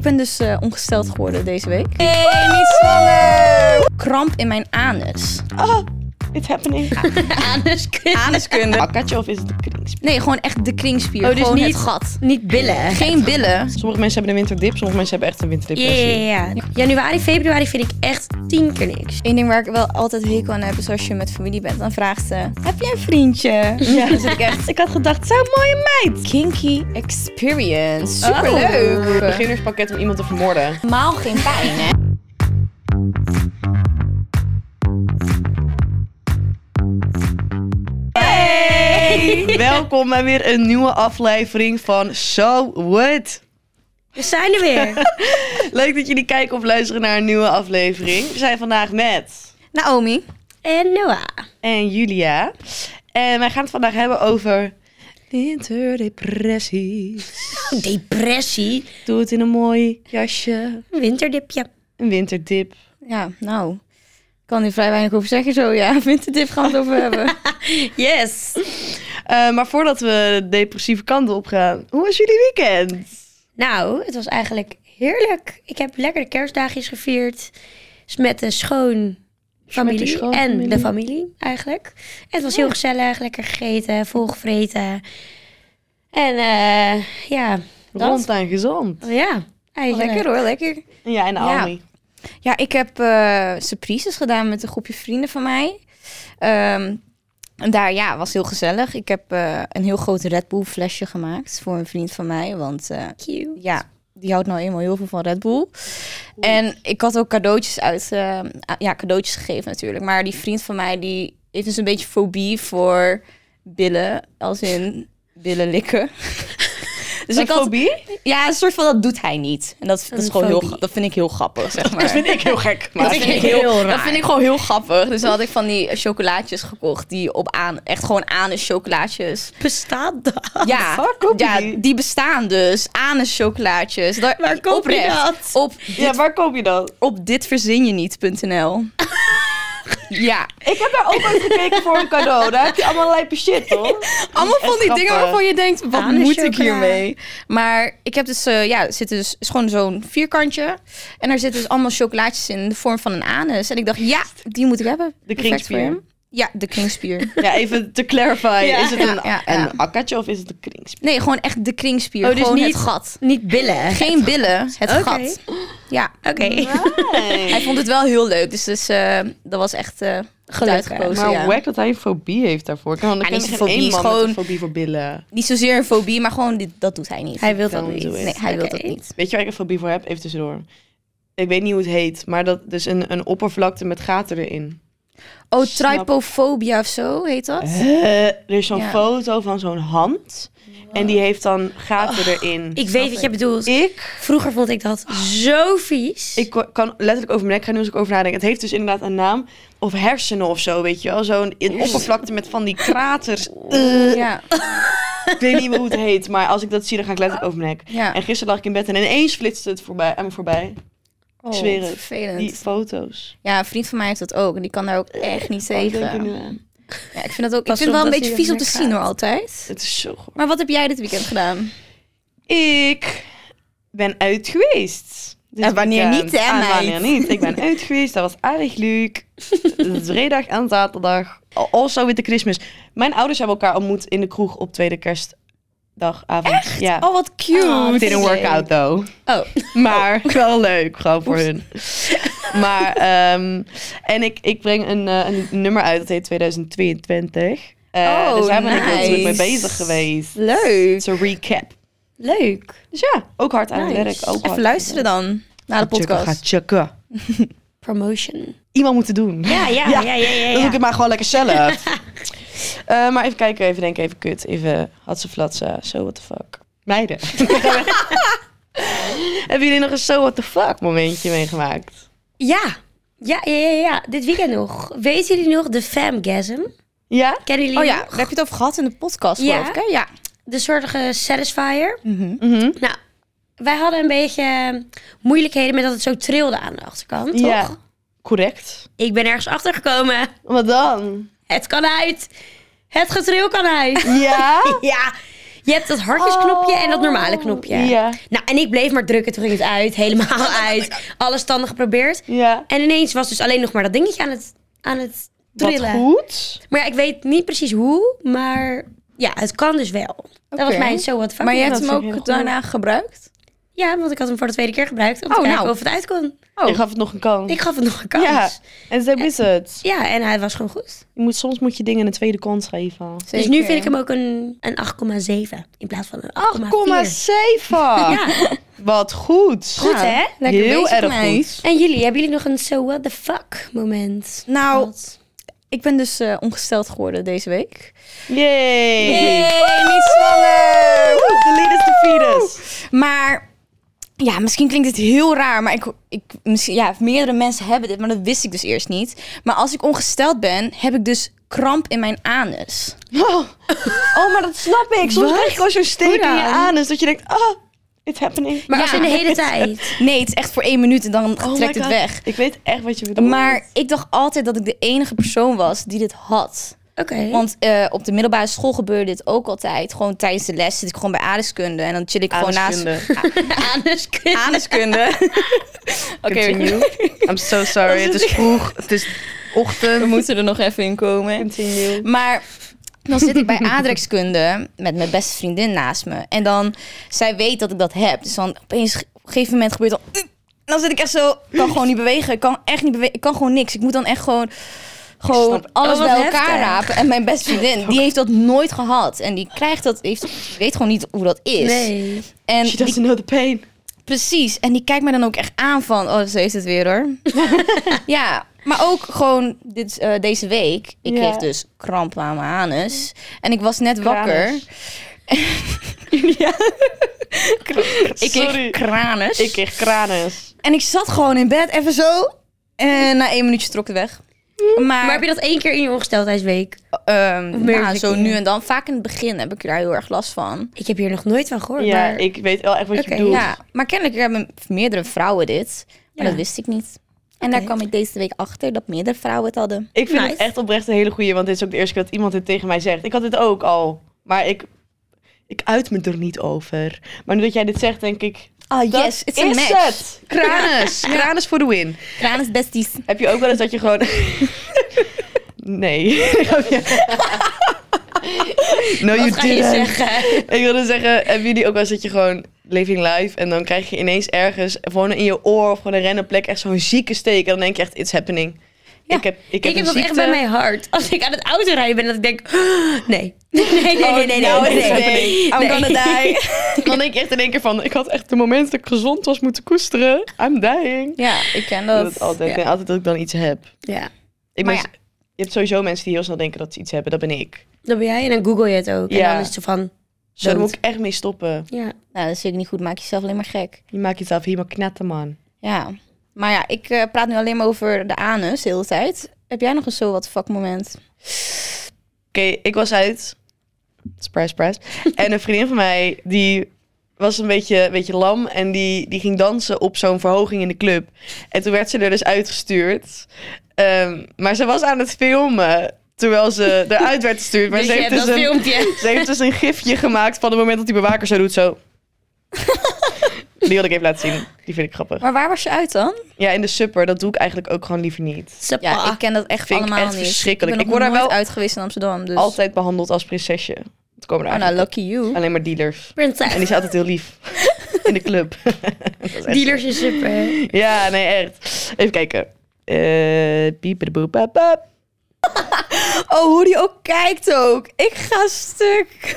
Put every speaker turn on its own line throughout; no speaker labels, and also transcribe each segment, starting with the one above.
ben dus eh, ongesteld geworden deze week. Hey, niet zwanger! Kramp in mijn anus.
Oh, it's happening.
Anuskunde.
Anuskunde.
Akatje of is het de kringspier?
Nee, gewoon echt de kringspier.
Oh, dus
gewoon
niet-
het gat.
Niet billen.
Geen billen.
Sommige mensen hebben een winterdip, sommige mensen hebben echt een
Ja,
winterdepressie.
ja, ja. Januari, februari vind ik echt tien keer niks.
Eén ding waar ik wel altijd hekel aan heb is als je met familie bent, dan vraagt ze: Heb je een vriendje?
Ja, dus ik, echt, ik had gedacht, zo'n mooie meid. Kinky.
Experience.
Een
Superleuk.
Oh. beginnerspakket om iemand te vermoorden.
Maal geen pijn, hè?
Welkom bij weer een nieuwe aflevering van So What.
We zijn er weer.
Leuk dat jullie kijken of luisteren naar een nieuwe aflevering. We zijn vandaag met...
Naomi.
en Noah.
En Julia. En wij gaan het vandaag hebben over... Winterdepressies.
Depressie.
Doe het in een mooi jasje.
Winterdipje.
Een winterdip.
Ja, nou. Ik kan hier vrij weinig over zeggen zo, ja. Winterdip gaan we het over hebben.
Yes.
Eh, maar voordat we de depressieve kant op gaan, hoe was jullie weekend?
Nou, het was eigenlijk heerlijk. Ik heb lekker de kerstdagjes gevierd. Dus met een schoon familie
schoonfamilie.
en de familie eigenlijk. En het was heel gezellig, lekker gegeten, volgevreten. En eh, ja, dat.
Rond en gezond.
Ja, eigenlijk.
Lekker hoor, lekker.
Ja, en Naomi.
Ja, ik heb eh, surprises gedaan met een groepje vrienden van mij. Ehm, en daar ja, was heel gezellig. Ik heb eh, een heel groot Red Bull flesje gemaakt voor een vriend van mij. Want eh,
Cute.
ja, die houdt nou eenmaal heel veel van Red Bull. En ik had ook cadeautjes uit, eh, a- ja, cadeautjes gegeven natuurlijk. Maar die vriend van mij, die heeft dus een beetje fobie voor billen. Als in billen likken. Dus
Een fobie?
ja, een soort van dat doet hij niet. En dat, dat is
Een
gewoon heel,
fobie.
gra- dat vind ik heel grappig, zeg maar.
Dat vind ik heel gek. Maar
Dat vind, ik heel, dat vind ik gewoon heel grappig. Dus dan had ik van die chocolaatjes gekocht. Die op aan, echt gewoon anus chocolaatjes.
Bestaat dat?
Ja,
Waar koop je
ja
die?
die bestaan dus. Anus chocolaatjes. Daar,
Waar koop je
oprecht.
dat?
Op,
Ja, waar koop je dat?
op ditverzinjeniet.nl Ja,
Ik heb daar ook ooit gekeken voor een cadeau. Daar heb je allemaal lijpe shit, hoor.
allemaal van die
grappig.
dingen waarvan je denkt, wat
Anus
moet ik
chocola.
hiermee? Maar ik heb dus, eh, ja, er zit dus is gewoon zo'n vierkantje. En daar zitten dus allemaal chocolaatjes in, in de vorm van een anus. En ik dacht, ja, die moet ik hebben.
De
Perfect voor
kringspier.
hem. Ja, de kringspier.
Ja, even te clarify. Is het een,
Ja, ja, ja.
een akkatje of is het een kringspier?
Nee, gewoon echt de kringspier.
Oh, dus
gewoon
niet-
het gat.
Niet billen.
Geen billen, het
Oké.
gat. Ja,
Oké.
hij vond het wel heel leuk. Dus, dus eh, dat was echt eh goed
Gelukkig.
uitgekozen.
Maar
ja.
wack dat hij een fobie heeft daarvoor. Ik kan, ik
niet
ken
zo'n
geen
fobie,
één
is
man met
gewoon-
een fobie voor billen.
Niet zozeer een fobie, maar gewoon dit, dat doet hij niet.
Hij wil dat
Don't
niet.
do it.
nee, hij wil
Oké.
dat niet.
Weet je waar ik een fobie voor heb? Even tussendoor. Ik weet niet hoe het heet, maar dat is een, een oppervlakte met gaten erin.
Oh,
Snap.
tripofobia of zo heet dat?
Eh, er is zo'n
Ja.
foto van zo'n hand. En die heeft dan gaten
Oh,
erin.
Ik weet wat je bedoelt.
ik, Ah.
Vroeger vond ik dat zo vies.
ik ko- kan letterlijk over mijn nek gaan nu als ik over nadenk. Het heeft dus inderdaad een naam. Of hersenen of zo, weet je wel. Zo'n in- oppervlakte met van die kraters. Eh,
Ja.
ik weet niet meer hoe het heet. Maar als ik dat zie, dan ga ik letterlijk over mijn nek.
Ja.
En gisteren lag ik in bed en ineens flitste het voorbij, aan me voorbij.
Oh,
zweer het.
vervelend.
Die foto's.
Ja, een vriend van mij heeft dat ook. En die kan daar ook echt niet
Wat oh, denk je
tegen.
nu aan?
Ja, ik vind dat ook. Ik
Pas
vind het wel
op
een
dat
beetje
hij
vies
er
om te
niet
zien
gaat.
hoor, altijd.
Het is zo goed.
Maar wat heb jij dit weekend gedaan?
Ik ben uit geweest. Dus Dit
En wanneer
weekend.
niet, hè,
En Ah, wanneer
meid?
niet. Ik ben uit geweest. Dat was erg leuk. Dus Vrijdag en zaterdag. Also with the Christmas. Mijn ouders hebben elkaar ontmoet in de kroeg op tweede kerstdagavond. Echt? Ja.
Oh, wat cute.
Ah,
It didn't work out though.
Oh,
Maar wel leuk, gewoon voor hun. Maar, ehm, en ik, ik breng een, eh, een nummer uit, dat heet 2022. Eh,
Oh,
dus daar ben ik heel druk mee
nice.
bezig geweest.
leuk.
It's a recap.
Leuk.
Dus ja, ook hard aan
Nice.
het werk. Ook hard aan
Even
het
luisteren dan naar de
Checken,
podcast.
Ga checken.
Promotion.
Iemand moeten doen.
Ja, ja, ja, ja, ja. ja,
Dan doe ik het maar gewoon lekker zelf. Eh, maar even kijken, even denken, even kut. Even had ze flatsa. So what the fuck. Meiden. Hebben jullie nog een so what the fuck momentje meegemaakt?
Ja. Ja, ja, ja, ja. Dit weekend nog. Weten jullie nog de famgasm?
Ja?
Kennen jullie
Oh ja,
hem?
daar heb je het over gehad in de podcast,
Ja.
geloof ik, hè? Ja.
De soortige satisfier.
Mhm.
Nou, wij hadden een beetje eh, moeilijkheden met dat het zo trilde aan de achterkant, toch?
Ja. Correct.
Ik ben ergens achtergekomen.
Wat dan?
Het kan uit. Het getril kan uit.
Ja?
ja. Je hebt dat hartjesknopje en dat normale knopje.
Ja.
Nou, en ik bleef maar drukken. Toen ging het uit.
Oh
Helemaal uit. Alle standen geprobeerd.
Ja.
En ineens was dus alleen nog maar dat dingetje aan het, aan het
Wat
trillen.
goed.
Maar ja, ik weet niet precies hoe, maar ja, het kan dus wel. Dat was
Oké.
mijn zo wat
Maar je
dat
hebt hem
vind ik heel
ook
goed.
daarna gebruikt?
Ja, want ik had hem voor de tweede keer gebruikt om te
Oh,
kijken
nou.
of het uit kon.
Je gaf het nog een kans.
Oh. Ik gaf het nog een kans.
Ja.
Ja,
En ze is het.
en hij was gewoon goed.
Je moet, soms moet je dingen een tweede kans geven. 8,7.
Dus nu vind ik hem ook een, een 8,7 in plaats van een 8,4. Ja,
Wat goed.
goed hè?
Lekker
Nou, Heel
bezig,
erg
meid.
goed.
En jullie, hebben jullie nog een so what the fuck moment?
Nou,
Wat?
ik ben dus eh, ongesteld geworden deze week.
Yay.
niet zwanger!
Woe, The lead is the fetus.
Maar ja, misschien klinkt het heel raar, maar ik, ik, misschien, ja, meerdere mensen hebben dit, maar dat wist ik dus eerst niet. Maar als ik ongesteld ben, heb ik dus kramp in mijn anus.
Oh. Oh, maar dat snap ik. Soms
Wat?
krijg je als zo'n steek in
Hoe
je
dan?
anus dat je denkt, ah, it's happening.
Maar als
ja.
in de hele tijd.
Nee, het is echt voor één minuut en dan
Oh my
trekt het
God.
weg.
Ik weet echt wat je bedoelt.
Maar ik dacht altijd dat ik de enige persoon was die dit had.
Oké.
Want eh, op de middelbare school gebeurde dit ook altijd. Gewoon tijdens de les zit ik gewoon bij aardeskunde. En dan chill ik gewoon naast...
Anuskunde.
Anuskunde.
Aardeskunde.
Ah,
Oké, we,
Continue. I'm so sorry. Het is vroeg. Het is
we
ochtend.
moeten er nog even in komen.
Continue.
Maar dan zit ik bij aardrijkskunde met mijn beste vriendin naast me. En dan, zij weet dat ik dat heb. Dus dan opeens, op een gegeven moment gebeurt dan... En dan zit ik echt zo, ik kan gewoon niet bewegen. Ik kan echt niet bewegen. Ik kan gewoon niks. Ik moet dan echt gewoon... Gewoon
snap-
alles
Oh, wat
bij elkaar
heftig.
rapen. En mijn beste vriendin, die heeft dat nooit gehad. En die krijgt dat, heeft, die weet gewoon niet hoe dat is.
Nee.
En
She
die-
doesn't know the pain.
Precies. En die kijkt me dan ook echt aan van, oh, ze heeft het weer hoor. ja, maar ook gewoon dit, eh, deze week. Ik
Ja.
kreeg dus kramp aan mijn anus. En ik was net wakker. Ik
Sorry.
kreeg kranus.
Ik kreeg kranus.
En ik zat gewoon in bed, even zo. En na één minuutje trok het weg. Maar,
Maar heb je dat één keer in je ongesteldheidsweek?
ehm,
meerdere
nou, zo
keren?
nu en dan. Vaak in het begin heb ik daar heel erg last van.
Ik heb hier nog nooit van gehoord.
Ja,
maar...
ik weet wel echt wat
Oké,
je bedoelt.
Ja, maar kennelijk hebben meerdere vrouwen dit. Maar
Ja.
dat wist ik niet. En daar
Oké.
kwam ik deze week achter dat meerdere vrouwen het hadden.
Ik vind het
Nice.
echt oprecht een hele goeie, want dit is ook de eerste keer dat iemand dit tegen mij zegt. Ik had dit ook al, maar ik, ik uit me er niet over. Maar nu dat jij dit zegt, denk ik,
Ah,
dat
yes, it's a
is
match.
het. Kranus, kranus voor de win.
Kranus besties.
Heb je ook wel eens dat je gewoon... nee. no, you
Wat ga je
didn't.
zeggen?
Ik wilde zeggen, hebben jullie ook wel eens dat je gewoon living life en dan krijg je ineens ergens, gewoon in je oor of gewoon een random plek, echt zo'n zieke steek. En dan denk je echt, it's happening.
Ja,
ik heb, ik
Ik,
heb,
heb
een
dat echt
ziekte.
bij mijn hart. Als ik aan het autorijden ben, dat ik denk... Nee. Nee, nee, nee, nee, nee.
nou
nee,
is het
nee.
happening.
Nee.
I'm gonna die.
Dan denk ik echt in één keer van, ik had echt de moment dat ik gezond was moeten koesteren. I'm dying.
Ja, ik ken
Dat,
dat.
is altijd,
Ja.
en altijd dat ik dan iets heb.
Ja,
Ik
Maar
ben-
ja.
Je hebt sowieso mensen die heel snel denken dat ze iets hebben. Dat ben ik.
dat ben jij. En dan google je het ook.
Ja.
En dan is het zo van...
Zo, daar
Dood.
moet ik echt mee stoppen.
Ja.
Nou, dat is natuurlijk niet goed. Maak jezelf alleen maar gek.
Je maakt jezelf helemaal knetten, man.
Ja. Maar ja, ik eh, praat nu alleen maar over de anus de hele tijd. Heb jij nog een zo wat fuck moment?
Oké, ik was uit. Surprise, surprise. en een vriendin van mij, die was een beetje, een beetje lam. En die, die ging dansen op zo'n verhoging in de club. En toen werd ze er dus uitgestuurd. Ehm, maar ze was aan het filmen. Terwijl ze eruit werd gestuurd. Maar
Dus
ze
je
heeft
hebt
dus
dat
een,
filmpje.
Ze heeft dus een gifje gemaakt van het moment dat die bewaker zo doet, zo. Die wil ik even laten zien. Die vind ik grappig.
Maar waar was je uit dan?
Ja, in de supper, dat doe ik eigenlijk ook gewoon liever niet.
Sappa.
Ja, ik ken dat echt
Vind ik
allemaal
echt
niet.
verschrikkelijk.
Ik, ben
Ik word
nog
daar
nooit
wel-
uit geweest in Amsterdam, dus...
Altijd behandeld als prinsesje. Het komen er
Oh, nou,
eigenlijk
lucky you.
alleen maar dealers.
Prinses.
En die zijn altijd heel lief. In de club. Dat is echt-
Dealers is super.
Ja, nee, echt. Even kijken. Eh pieperdeboepapap.
Oh, hoe die ook kijkt ook. Ik ga stuk.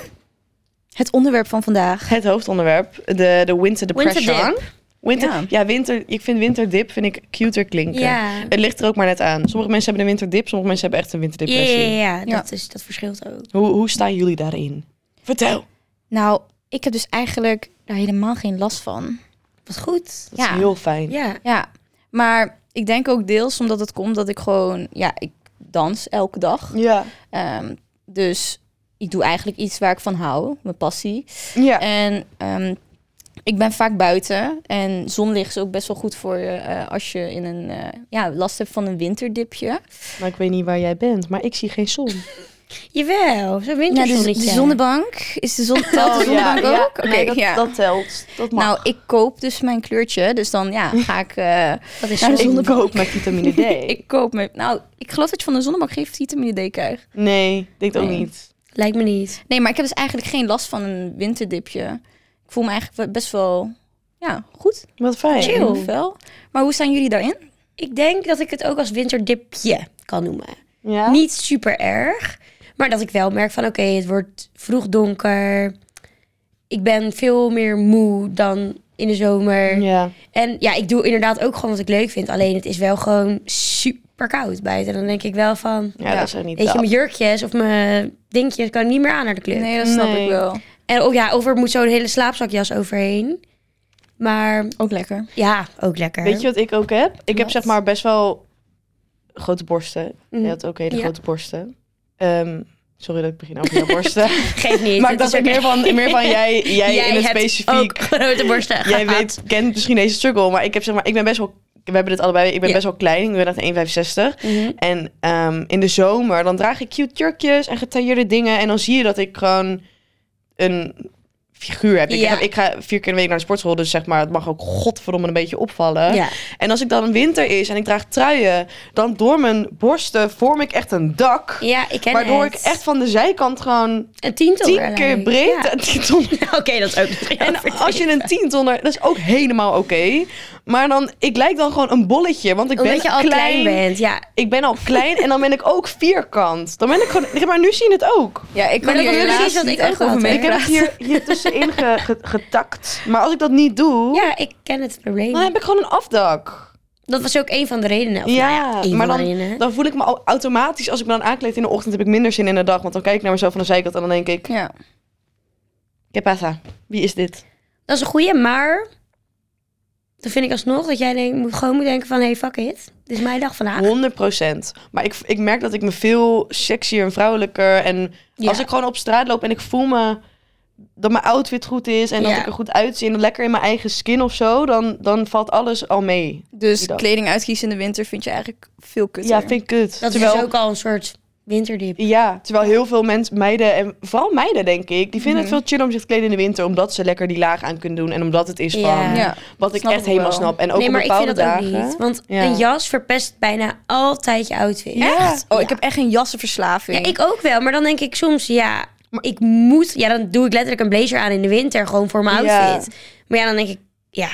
Het onderwerp van vandaag.
Het hoofdonderwerp, de, de winter depression.
Winterdip.
Winter, ja.
Ja.
winter. Ik vind winterdip vind ik cuter klinken.
Ja.
Het ligt er ook maar net aan. Sommige mensen hebben een winterdip, sommige mensen hebben echt een
Ja,
winterdepressie.
ja, ja,
Ja.
ja. Dat, is, dat verschilt ook.
Hoe, hoe staan jullie daarin? Vertel.
Nou, ik heb dus eigenlijk daar helemaal geen last van.
Wat goed.
Dat
Ja.
is heel fijn.
Ja.
Ja, maar ik denk ook deels omdat het komt dat ik gewoon, ja, ik dans elke dag.
Ja.
Ehm, dus ik doe eigenlijk iets waar ik van hou, mijn passie.
Eh.
Ja.
En ehm, ik ben vaak buiten en zonlicht is ook best wel goed voor je eh, als je in een, eh, ja, last hebt van een winterdipje.
Maar ik weet niet waar jij bent, maar ik zie geen zon.
Ja,
Jawel, zo'n
dus
winterzonnetje.
de zonnebank. Is de zon, telt de
Oh,
zonnebank ook? Oké,
Nee, dat,
ja.
dat telt. Dat mag.
nou, ik koop dus mijn kleurtje. Dus dan ja, ga ik... eh,
Dat is
Ja, de
zonnebank.
ik koop met vitamine D.
ik koop mijn... Nou, ik geloof dat je van de zonnebank geen vitamine D krijgt.
nee, ik denk ook
Nee.
niet.
Lijkt me niet.
Nee, maar ik heb dus eigenlijk geen last van een winterdipje. Ik voel me eigenlijk wel- best wel... Ja, goed.
Wat fijn.
Chill.
Chill.
Vel. Maar hoe staan jullie daarin?
Ik denk dat ik het ook als winterdipje kan noemen.
Ja?
Niet super erg, maar dat ik wel merk van oké, het wordt vroeg donker. Ik ben veel meer moe dan in de zomer.
Ja.
En ja, ik doe inderdaad ook gewoon wat ik leuk vind. Alleen het is wel gewoon super koud buiten. Dan denk ik wel van,
Ja, dat is ook niet
weet je,
dat.
mijn jurkjes of mijn dingetjes kan ik niet meer aan naar de club.
Nee, dat snap
Nee.
ik wel.
En oh ja, over moet zo'n hele slaapzakjas overheen. Maar
Ook lekker.
ja, ook lekker.
Weet je wat ik ook heb? Ik heb
Wat?
zeg maar best wel grote borsten.
Mhm.
Je had ook hele
Ja.
grote borsten. Ehm, sorry dat ik begin over jouw borsten.
Geef niet.
maar
het
ik dacht
is
ook meer
oké.
van, meer van jij, jij, in het
hebt
specifiek.
ook grote borsten
Jij
gehad.
weet, kent misschien deze struggle, maar ik heb zeg maar, ik ben best wel, we hebben dit allebei, ik ben
Ja.
best wel klein, ik ben echt 1,65.
Mhm.
En ehm, in de zomer, dan draag ik cute jurkjes en getailleerde dingen. En dan zie je dat ik gewoon een figuur heb. Ik,
Ja.
heb- ik ga vier keer in de week naar de sportschool, dus zeg maar, het mag ook godverdomme een beetje opvallen.
Ja.
En als ik dan een winter is en ik draag truien, dan door mijn borsten vorm ik echt een dak.
ja, ik ken
waardoor
het.
ik echt van de zijkant gewoon
een tiental
tien keer breed...
Ja.
en tien ton-
Oké, dat is ook niet
En als je een tientonner, dat is ook helemaal oké. Maar dan, ik lijk dan gewoon een bolletje, want ik
Omdat
ben
je al klein bent, ja.
Ik ben al klein en dan ben ik ook vierkant. Dan ben ik gewoon, zeg maar nu zie je het ook.
Ja, ik kan
Maar dat
hier
was precies
helaas
wat
niet
ik
echt
ook had,
over
hè.
Ik heb het
meepraten.
hier, hier tussenin ge- ge- getakt. Maar als ik dat niet doe,
Ja, ik ken het probleem.
dan heb ik gewoon een afdak.
Dat was ook een van de redenen. Of,
Ja,
nou ja, een
maar
van de redenen.
Dan voel ik me al automatisch, als ik me dan aankleed in de ochtend, heb ik minder zin in de dag. Want dan kijk ik naar mezelf van de zijkant en dan denk ik,
Ja.
¿qué pasa? Wie is dit?
Dat is een goeie, maar... Dan vind ik alsnog dat jij denk, moet, gewoon moet denken van... Hey, fuck it. Dit is mijn dag
100%.
vandaag.
Maar ik, ik merk dat ik me veel sexier en vrouwelijker. En
Ja.
als ik gewoon op straat loop en ik voel me dat mijn outfit goed is en dat
Ja.
ik er goed uitzie en lekker in mijn eigen skin of zo, dan, dan valt alles al mee.
Dus
Die dag.
kleding uitkiezen in de winter vind je eigenlijk veel kutter.
Ja, vind ik kut.
Dat
terwijl,
is dus ook al een soort winterdip.
ja, terwijl heel veel mensen, meiden en vooral meiden denk ik, die vinden het
Mhm.
veel chill om zich te kleden in de winter, omdat ze lekker die laag aan kunnen doen en omdat het is
Ja.
van
Ja,
wat ik
snap
echt
ik
helemaal
wel.
snap. En ook
nee, maar
op
ik vind
bepaalde
dat
dagen.
ook niet. Want
Ja.
een jas verpest bijna altijd je outfit.
Echt? Oh,
Ja.
ik heb echt geen jassenverslaving.
Ja, ik ook wel. Maar dan denk ik soms, ja, ik moet... Ja, dan doe ik letterlijk een blazer aan in de winter. Gewoon voor mijn
Ja.
outfit. Maar ja, dan denk ik, ja,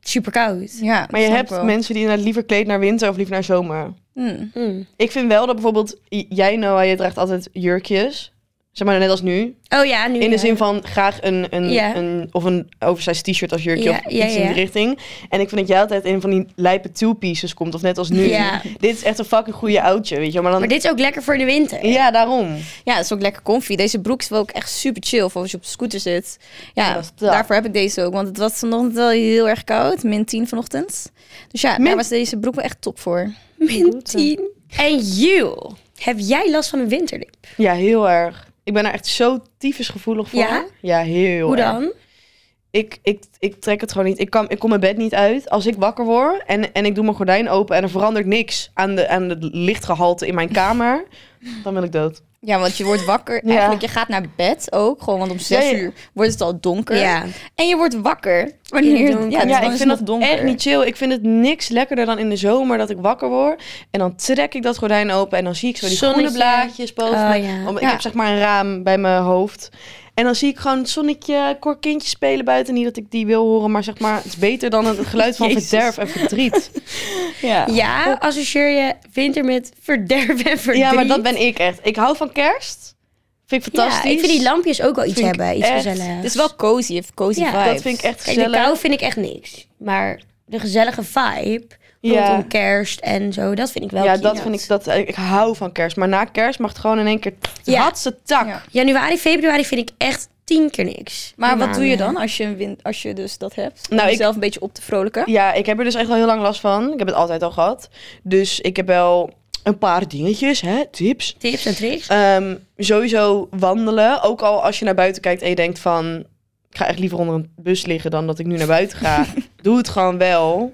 super koud.
Ja,
Maar je
snap ik
hebt
wel.
mensen die inderdaad liever kleed naar winter of liever naar zomer.
Hmm.
Ik vind wel dat bijvoorbeeld, j- jij Noah, je draagt altijd jurkjes. Zeg maar net als nu.
Oh ja, nu
In de
ja.
zin van graag een, een,
Ja.
een of een oversized t-shirt als jurkje
Ja,
of iets
ja,
in
ja.
die richting. En ik vind dat jij altijd in van die lijpe two-pieces komt. Of net als nu.
Ja.
Dit is echt een fucking goede outje, weet je. wel. Maar dan,
Maar dit is ook lekker voor in de winter.
Ja, daarom.
ja, dat is ook lekker comfy. Deze broek is wel ook echt super chill voor als je op de scooter zit. Ja,
Dat is dat.
daarvoor heb ik deze ook. Want het was vanochtend wel heel erg koud. Min 10 vanochtend. Dus ja,
Min-
daar was deze broek wel echt top voor.
Min 10. En Jules, heb jij last van een winterdip?
Ja, heel erg. Ik ben er echt zo tyfus gevoelig voor.
Ja?
Ja, heel
Hoe
erg.
dan?
ik, ik, ik trek het gewoon niet. Ik, kan, ik kom mijn bed niet uit. Als ik wakker word en, en ik doe mijn gordijn open en er verandert niks aan, de, aan het lichtgehalte in mijn kamer, dan ben ik dood.
Ja, want je wordt wakker.
Ja.
Eigenlijk, je gaat naar bed ook. Gewoon, want om 6
ja.
uur wordt het al donker.
Ja.
En je wordt wakker.
In
Wanneer,
het
ja,
donker.
dus
ja,
dan
ik
is
vind
het
dat
nog donker.
echt niet chill. Ik vind het niks lekkerder dan in de zomer dat ik wakker word. En dan trek ik dat gordijn open en dan zie ik zo die groene
Zonnetje.
blaadjes boven
Oh,
me.
ja.
Om- Ik
Ah, Ja.
heb zeg maar een raam bij mijn hoofd. En dan zie ik gewoon het zonnetje, korkintjes spelen buiten. Niet dat ik die wil horen, maar zeg maar, het is beter dan het geluid van
Jezus.
verderf en verdriet.
Ja.
Ja, associeer je winter met verderf en verdriet.
Ja, maar dat ben ik echt. Ik hou van kerst. Vind ik fantastisch.
Ja, ik vind die lampjes ook wel iets
Vind ik
hebben, iets
echt-
gezelligs.
Het is wel cozy. heeft Cozy
Ja.
vibes.
Dat vind ik echt
Kijk, de
gezellig.
kou vind ik echt niks. Maar de gezellige vibe
Ja.
rondom kerst en zo, dat vind ik wel
ja,
cute.
dat vind ik, dat, ik hou van kerst. Maar na kerst mag het gewoon in één keer
Ja.
ja. ze tak.
Ja.
Januari, februari vind ik echt tien keer niks.
Maar wat
Maar,
doe je
eh,
dan als je, een win- als je dus dat hebt? Om
Nou, ik-
jezelf een beetje op te vrolijken?
Ja, ik heb er dus echt wel heel lang last van. Ik heb het altijd al gehad. Dus ik heb wel een paar dingetjes, hè, tips.
Tips en tricks?
Ehm, sowieso wandelen. Ook al als je naar buiten kijkt en je denkt van... Ik ga echt liever onder een bus liggen dan dat ik nu naar buiten ga. Doe het gewoon wel.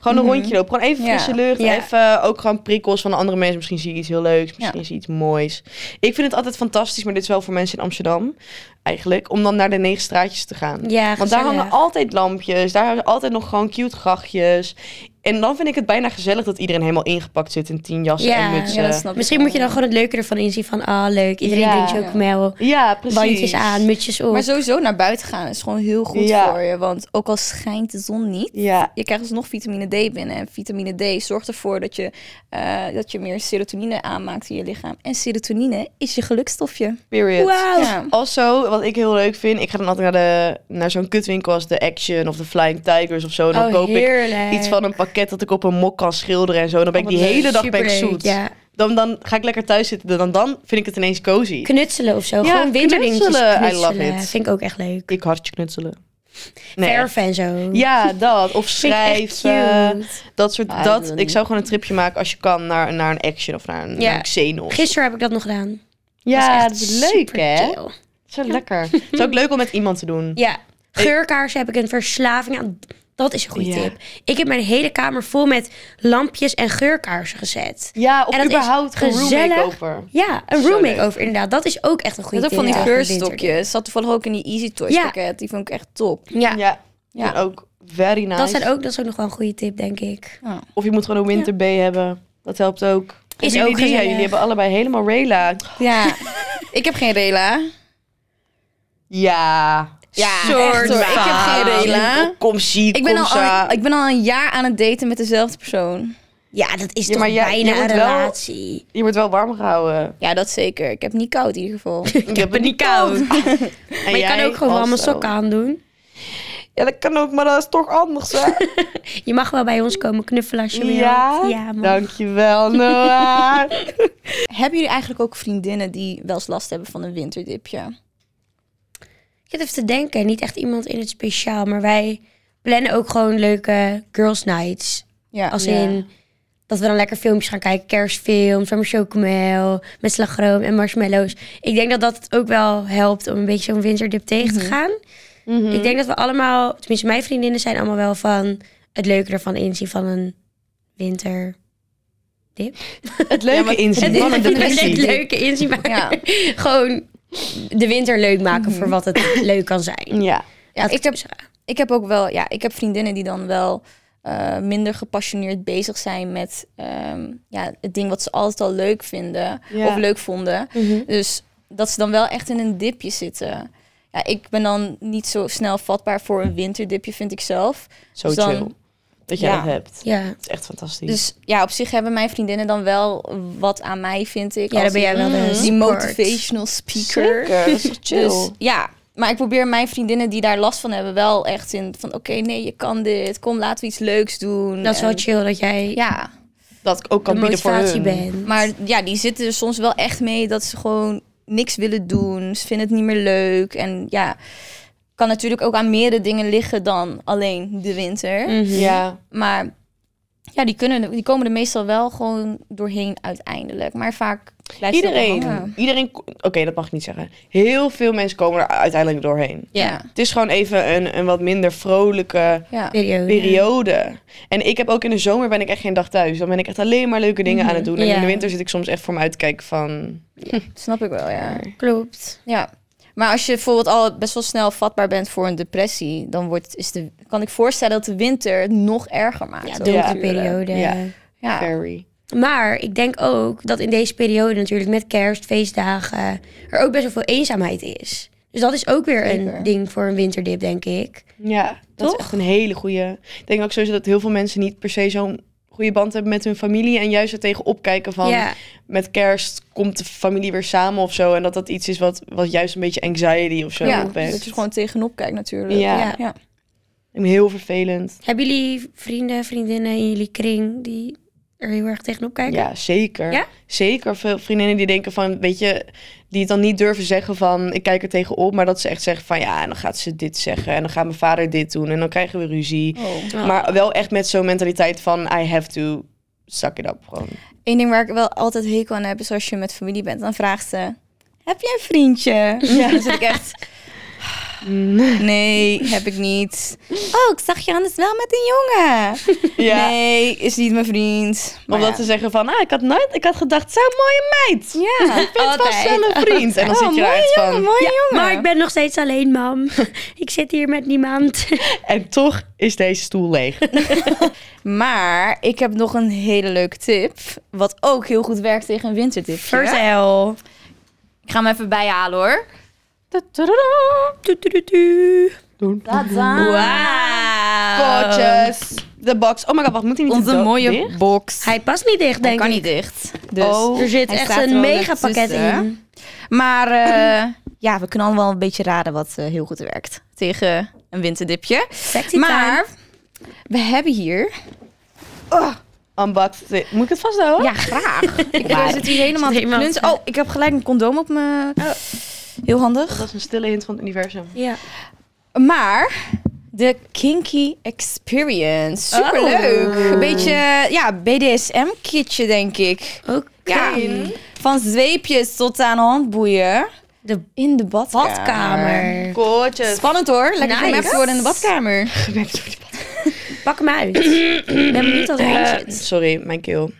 Gewoon een
Mhm.
rondje lopen. Gewoon even
Ja.
frisse lucht.
Ja.
Even eh, ook gewoon prikkels van de andere mensen. Misschien zie je iets heel leuks. Misschien zie je iets moois. Ik vind het altijd fantastisch. Maar dit is wel voor mensen in Amsterdam. Eigenlijk. Om dan naar de negen straatjes te gaan.
Ja,
Want daar
gezellig.
hangen altijd lampjes. Daar hangen altijd nog gewoon cute grachtjes. En dan vind ik het bijna gezellig dat iedereen helemaal ingepakt zit in tien jassen
Ja,
en mutsen.
ja, dat snap ik
Misschien
wel.
moet je dan gewoon het leuke ervan inzien van, ah, leuk. Iedereen
Ja.
drinkt chocomel.
Ja, precies.
Bandjes aan, mutsjes op.
Maar sowieso naar buiten gaan is gewoon heel goed
Ja.
voor je. Want ook al schijnt de zon niet,
Ja,
je krijgt alsnog vitamine D binnen. En vitamine D zorgt ervoor dat je, eh, dat je meer serotonine aanmaakt in je lichaam. En serotonine is je gelukstofje.
period.
Wauw.
Ja.
Also, wat ik heel leuk vind, ik ga dan altijd naar, de, naar zo'n kutwinkel als de Action of de Flying Tigers of zo. En dan
Oh,
koop
heerlijk.
ik iets van een pakket dat ik op een mok kan schilderen en zo. En dan ben ik
Oh,
die
wat leuk.
hele dag ben ik
Superleuk,
zoet.
Ja.
Dan, dan ga ik lekker thuis zitten. Dan, dan vind ik het ineens cozy.
Knutselen of zo.
Ja,
gewoon winterdingetjes
knutselen. I
knutselen.
love it.
Vind ik ook echt leuk.
ik hartje knutselen.
Verven en zo.
Ja, dat. Of
Vind ik echt
schrijven.
cute.
Dat soort.
Ah, dat
dat,
wil
ik
niet.
zou gewoon een tripje maken als je kan naar, naar een action of naar een,
Ja.
naar een Xenos.
Gisteren heb ik dat nog gedaan.
Ja,
echt
dat is leuk
super
hè?
chill.
Zo lekker. Het is ook leuk om met iemand te doen.
Ja, geurkaarsen heb ik een verslaving aan. Dat is een goede
Ja.
tip. Ik heb mijn hele kamer vol met lampjes en geurkaarsen gezet.
Ja,
En
of
dat is
überhaupt een room
gezellig.
makeover.
Ja, een
Zo
room
leuk.
makeover inderdaad. Dat is ook echt een
Je
goede
hebt
tip.
ook van die
ja.
geurstokjes. Zat toevallig ook in die Easy Toys
Ja.
pakket. Die vond ik echt top.
Ja,
Ja,
Ja.
en ook very nice.
dat, zijn ook, dat is ook nog wel een goede tip, denk ik.
Of je moet gewoon een winter bay hebben. Dat helpt ook. Of
Is
jullie
ook
die, ja,
gezellig.
Jullie hebben allebei helemaal Rela.
Ja. ik heb geen Rela.
Ja.
Ja,
soort
echt hoor. Ik heb
van.
geen Rela.
Kom zie,
Ik ben,
kom
al,
za.
al- ik ben al een jaar aan het daten met dezelfde persoon.
Ja, dat is
Ja,
toch
maar jij-
bijna
je
een
moet wel-
relatie.
Je wordt wel warm gehouden.
Ja, dat zeker. Ik heb niet koud in ieder geval.
Ik heb het niet koud.
Maar je kan ook gewoon allemaal sokken aandoen.
eh, Ja, dat kan ook, maar dat is toch anders, hè?
Je mag wel bij ons komen knuffelen als je wil.
ja? Nou-
ja man.
Dankjewel, Noah.
hebben jullie eigenlijk ook vriendinnen die wel eens last hebben van een winterdipje?
Ik zit even te denken, niet echt iemand in het speciaal, maar wij plannen ook gewoon leuke girls nights.
Ja.
Als
Ja.
in dat we dan lekker filmpjes gaan kijken, kerstfilms, van chocomel, met slagroom en marshmallows. Ik denk dat dat ook wel helpt om een beetje zo'n winterdip tegen
Mhm.
te gaan. Ik denk dat we allemaal, tenminste mijn vriendinnen zijn allemaal wel van het leuke ervan inzien van een winter.
Het leuke
maar-
inzien
Het-
van een
het- het-
depressie.
het leuke inzien, maar
Ja. Mhm.
gewoon de winter leuk maken voor wat het leuk kan zijn.
Ja.
Ja,
Dat
ik heb,
is-
ik heb ook wel, ja, ik heb vriendinnen die dan wel eh, minder gepassioneerd bezig zijn met ehm, ja, het ding wat ze altijd al leuk vinden
Ja.
of leuk vonden. Dus dat ze dan wel echt in een dipje zitten. Ja, ik ben dan niet zo snel vatbaar voor een winterdipje, vind ik zelf.
Zo
Dus dan-
chill. Dat jij
Ja.
dat hebt. Het
Ja.
is echt fantastisch.
Dus ja, op zich hebben mijn vriendinnen dan wel wat aan mij, vind ik. als
Ja, daar ben jij wel de
die, die
support.
motivational speaker.
Zeker, dat is toch chill.
Dus ja, maar ik probeer mijn vriendinnen die daar last van hebben wel echt in van oké, nee, je kan dit. Kom, laten we iets leuks doen.
Dat is wel
En-
chill dat jij
Ja,
dat ik ook kan
de
bieden voor
motivatie
hun.
bent.
maar ja, die zitten er soms wel echt mee dat ze gewoon niks willen doen. Ze vinden het niet meer leuk en ja, kan natuurlijk ook aan meerdere dingen liggen dan alleen de winter.
Mhm.
Ja.
Maar ja, die, kunnen, die komen er meestal wel gewoon doorheen uiteindelijk. Maar vaak blijft het wel
Iedereen.
hangen.
Iedereen. ko- Oké, dat mag ik niet zeggen. Heel veel mensen komen er uiteindelijk doorheen.
Ja.
Het is gewoon even een, een wat minder vrolijke
Ja.
periode.
periode. En ik heb ook in de zomer ben ik echt geen dag thuis. Dan ben ik echt alleen maar leuke dingen aan het doen. En
Mhm. Ja.
in de winter zit ik soms echt voor me uit te kijken van...
Snap ik wel, ja.
Klopt.
Ja. Maar als je bijvoorbeeld al best wel snel vatbaar bent voor een depressie, dan wordt, is de, kan ik voorstellen dat de winter het nog erger maakt.
Ja,
ook
donkere
natuurlijk.
periode.
Ja.
Ja.
Fairy.
Maar ik denk ook dat in deze periode natuurlijk met kerst, feestdagen, er ook best wel veel eenzaamheid is. Dus dat is ook weer
Zeker.
een ding voor een winterdip, denk ik.
Ja, dat
Toch?
is echt een hele goede. Ik denk ook sowieso dat heel veel mensen niet per se zo'n goede band hebben met hun familie. En juist er tegen opkijken van...
ja,
met kerst komt de familie weer samen of zo. En dat dat iets is wat, wat juist een beetje anxiety of zo
Ja,
opwekt.
dat je er gewoon tegenop kijkt natuurlijk.
Ja.
ja. ja.
Ik ben Heel vervelend.
hebben jullie vrienden, vriendinnen in jullie kring die er heel erg tegenop kijken?
Ja, zeker.
Ja?
Zeker veel vriendinnen die denken van, weet je, die het dan niet durven zeggen van, ik kijk er tegenop. Maar dat ze echt zeggen van, ja, en dan gaat ze dit zeggen. En dan gaat mijn vader dit doen. En dan krijgen we ruzie.
Oh.
Oh.
Maar wel echt met zo'n mentaliteit van, I have to suck it up gewoon.
Eén ding waar ik wel altijd hekel aan heb, is als je met familie bent, dan vraagt ze: Heb je een vriendje? Ja. Dan zit ik echt.
Mm.
Nee, heb ik niet. Oh, ik zag je anders wel met een jongen.
Ja.
Nee, is niet mijn vriend.
Om dat
ja.
te zeggen van, ah, ik had, nooit, ik had gedacht, zo'n mooie meid.
Ja,
Ik vind vast wel een vriend. En dan
Oh,
zit je daar
mooie
echt
jongen,
van...
mooie jongen.
Maar ik ben nog steeds alleen, mam. ik zit hier met niemand.
En toch is deze stoel leeg.
Maar ik heb nog een hele leuke tip. Wat ook heel goed werkt tegen een wintertip.
Vertel.
Ik ga hem even bijhalen hoor.
Tu, tu, tu, tu.
Tadaa.
Wauw.
Potjes. De box. Oh my god, wat moet hij niet
Nou. Onze
do-
mooie
dicht?
box.
Hij past niet dicht,
Hij
denk
kan
ik.
niet dicht. Dus.
Oh.
Er zit
Hij
echt
staat er
een
wel
mega pakket
tussen.
in.
Maar eh, ja, we kunnen allemaal wel een beetje raden wat eh, heel goed werkt tegen een winterdipje.
Sexy
maar we hebben hier.
Unboxed. it. Moet ik het vasthouden?
Ja, graag. Oh. ik eh, zit hier helemaal te
Helemaal.
klunzen. Oh, ik heb gelijk een condoom op mijn. Heel handig.
Dat is een stille hint van het universum.
Ja.
Maar de kinky experience. Superleuk.
Oh.
Een beetje ja, BDSM-kitje, denk ik.
Ook
Ja. Van zweepjes tot aan handboeien.
De
In de badkamer.
badkamer.
Potjes.
Spannend hoor. Lekker
Nice.
gemaakt worden in de badkamer.
Pak hem uit. Ik ben benieuwd wat erin
Eh,
zit.
sorry, mijn keel.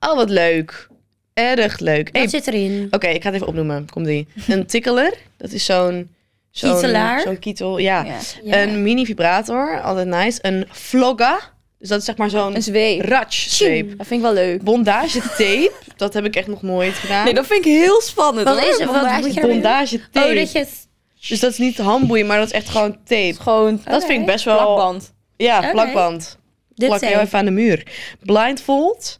Oh, wat leuk. Erg leuk. Hey,
Wat zit erin?
Oké, ik ga het even opnoemen. Komt die. Een tikkeler. Dat is zo'n... zo'n-
Kietelaar?
Zo'n kietel, ja.
Ja.
Ja.
Een mini vibrator. Altijd nice. Een vlogga. Dus dat is zeg maar zo'n...
Een zweep.
ratschsweep.
Dat vind ik wel leuk.
Bondage tape. Dat heb ik echt nog nooit gedaan.
Nee, dat vind ik heel spannend.
Wat
hoor.
is het? Wat
Bondage-
moet je daarmee
Bondage tape.
Oh, dat je het...
Dus dat is niet handboeien, maar dat is echt gewoon tape.
Gewoon.
Dat vind ik best wel...
Plakband.
Ja,
Oké.
plakband.
Dit
Plak heel
zijn.
even aan de muur. Blindfold.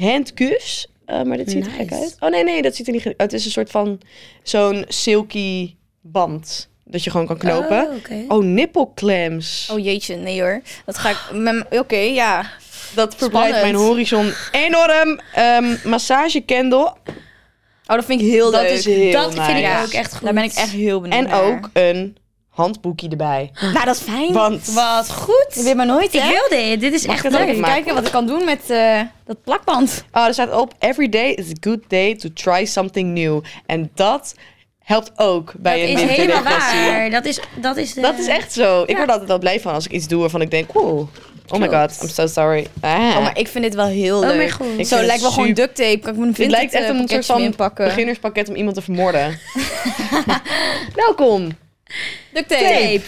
Handkus. Eh, maar dit ziet er gek
Nice.
uit. Oh nee, nee, dat ziet er niet gek Het is een soort van zo'n silky band. Dat je gewoon kan knopen.
Oh, oké.
Oh, nippelclams.
Oh jeetje, nee hoor. Dat ga ik. mem- Oké, ja.
dat verbreidt
spannend.
mijn horizon enorm. Ehm massagekendel.
Oh, dat vind ik heel
Dat
leuk.
is heel
Dat vind ik
nice.
ook echt goed.
Daar ben ik echt heel benieuwd
En
naar.
ook een handboekje erbij.
Nou, dat is fijn.
Want-
Wat goed. Ik weet maar nooit,
Ik
hè?
wil dit. Dit is
Mag ik het
echt
ook
leuk.
Even
Maar-
kijken wat ik kan doen met eh, dat plakband.
Oh, er staat op: Every day is a good day to try something new. En dat helpt ook bij
Dat
een
is
winterdepressie.
helemaal waar. Dat is, dat is, eh, de-
Dat is echt zo. Ik word altijd wel blij van als ik iets doe waarvan ik denk: wow, oh my
Klopt.
god, I'm so sorry. Ah.
Oh, maar ik vind dit wel heel
Oh
leuk.
mijn god.
Ik-
Zo
vind
lijkt wel
het
gewoon
super-
duct tape. Kan ik mijn
Dit lijkt
eh,
echt een soort van
eh, inpakken.
beginnerspakket om iemand te vermoorden. Welkom.
Duct tape.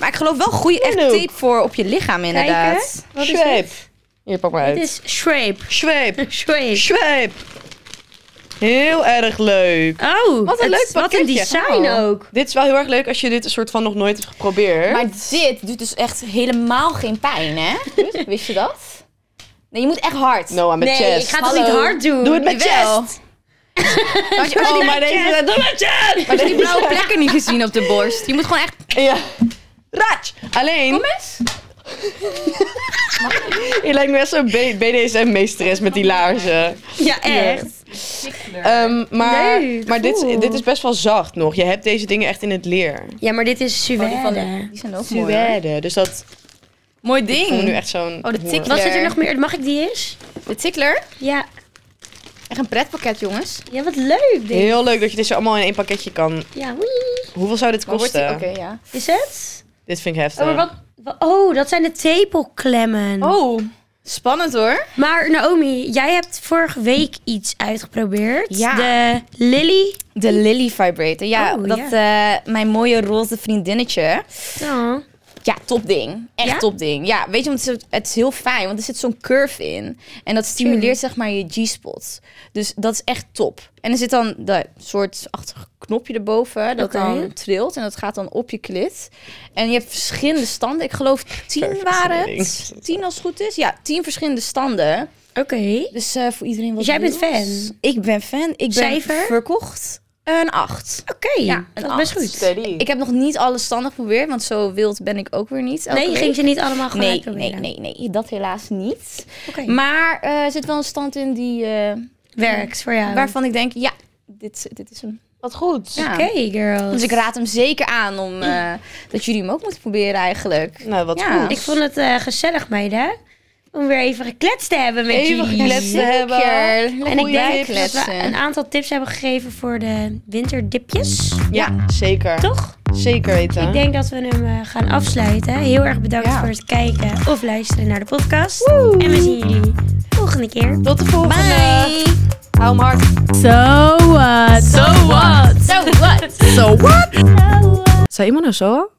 Maar ik geloof wel goede echt
Leuk.
tape voor op je lichaam inderdaad.
Wat is
Schweep. Hier, pak maar
Dit
uit.
is shrape.
Schweep.
Shrape.
Schweep. Heel erg leuk.
Oh,
Wat een
het-
leuk
Wat een
pakketje.
design
Oh.
ook.
Dit is wel heel erg leuk als je dit een soort van nog nooit hebt geprobeerd.
Maar dit doet dus echt helemaal geen pijn, hè? Wist je dat? Nee, je moet echt hard.
Noah, met
nee,
chest.
ik ga het toch niet
Hallo.
hard doen.
Doe het met
Jawel.
chest.
Had je,
Oh,
oh,
maar deze... Doe met chest!
had je die blauwe plekken niet gezien op de borst? Je moet gewoon echt...
Ja. Ratsch! Alleen,
Kom eens.
je lijkt me echt zo'n B- BDSM-meesteres met die laarzen.
Ja, echt.
Ehm, maar
Leuk,
maar dit,
cool.
dit is best wel zacht nog. Je hebt deze dingen echt in het leer.
Ja, maar dit is suède.
die, van, Oh, die zijn ook mooi. hoor.
Suède. Dus dat
Mooi
komt nu
ding.
echt zo'n...
Oh, de
hoer.
tik
Wat zit er nog meer? Mag ik die eens?
De tickler.
Ja.
Echt een pretpakket, jongens.
Ja, wat leuk dit.
Heel leuk dat je dit zo allemaal in één pakketje kan.
Ja, oei.
Hoeveel zou dit
Maar wordt die-
kosten?
Oké, ja.
Is het?
Dit vind ik heftig.
Oh, maar wat, wa- oh, dat zijn de tepelklemmen.
Oh, spannend hoor.
Maar Naomi, jij hebt vorige week iets uitgeprobeerd.
Ja.
De Lily.
De Lily Vibrator. Ja,
Oh,
dat
ja.
eh, mijn mooie roze vriendinnetje.
Oh.
Ja, topding. Echt
Ja?
topding. Ja, weet je, want het is, het is heel fijn, want er zit zo'n curve in. En dat stimuleert zeg maar je G-spot. Dus dat is echt top. En er zit dan dat soort achtig knopje erboven, dat
Oké.
dan trilt en dat gaat dan op je klit. En je hebt verschillende standen. Ik geloof tien waren het.
fascinating.
Tien als het goed is. Ja, tien verschillende standen.
Oké.
Dus eh, voor iedereen wat
Dus jij bent
nieuws.
fan?
Ik ben fan. Ik ben
Cijfer?
verkocht. Een acht.
Oké,
Ja, een
dat is best
acht.
goed.
Steady.
Ik heb nog niet alle standen geprobeerd, want zo wild ben ik ook weer niet. elke
Nee, je
week.
ging ze niet allemaal gelijk
Nee, nee,
proberen.
nee, nee, dat helaas niet.
Oké.
Maar eh, er zit wel een stand in die, eh,
Werkt voor jou.
waarvan ik denk, ja, dit, dit is hem.
Wat goed.
Ja.
Oké, girls.
Dus ik raad hem zeker aan om, eh, dat jullie hem ook moeten proberen eigenlijk.
Nou, wat
Ja.
goed.
Ik vond het eh, gezellig, meiden. om weer even gekletst te hebben met
Even
jullie.
gekletst te hebben.
Zeker.
En ik
Goeie
denk
tips.
dat we
Kletsen.
een aantal tips hebben gegeven voor de winterdipjes.
Ja, zeker.
Toch?
Zeker weten.
Ik denk dat we hem eh, gaan afsluiten. Heel erg bedankt
Ja.
voor het kijken of luisteren naar de podcast. En we zien jullie volgende keer.
Tot de volgende. Hou hem hard.
So what? So what?
So what?
Saímos na show?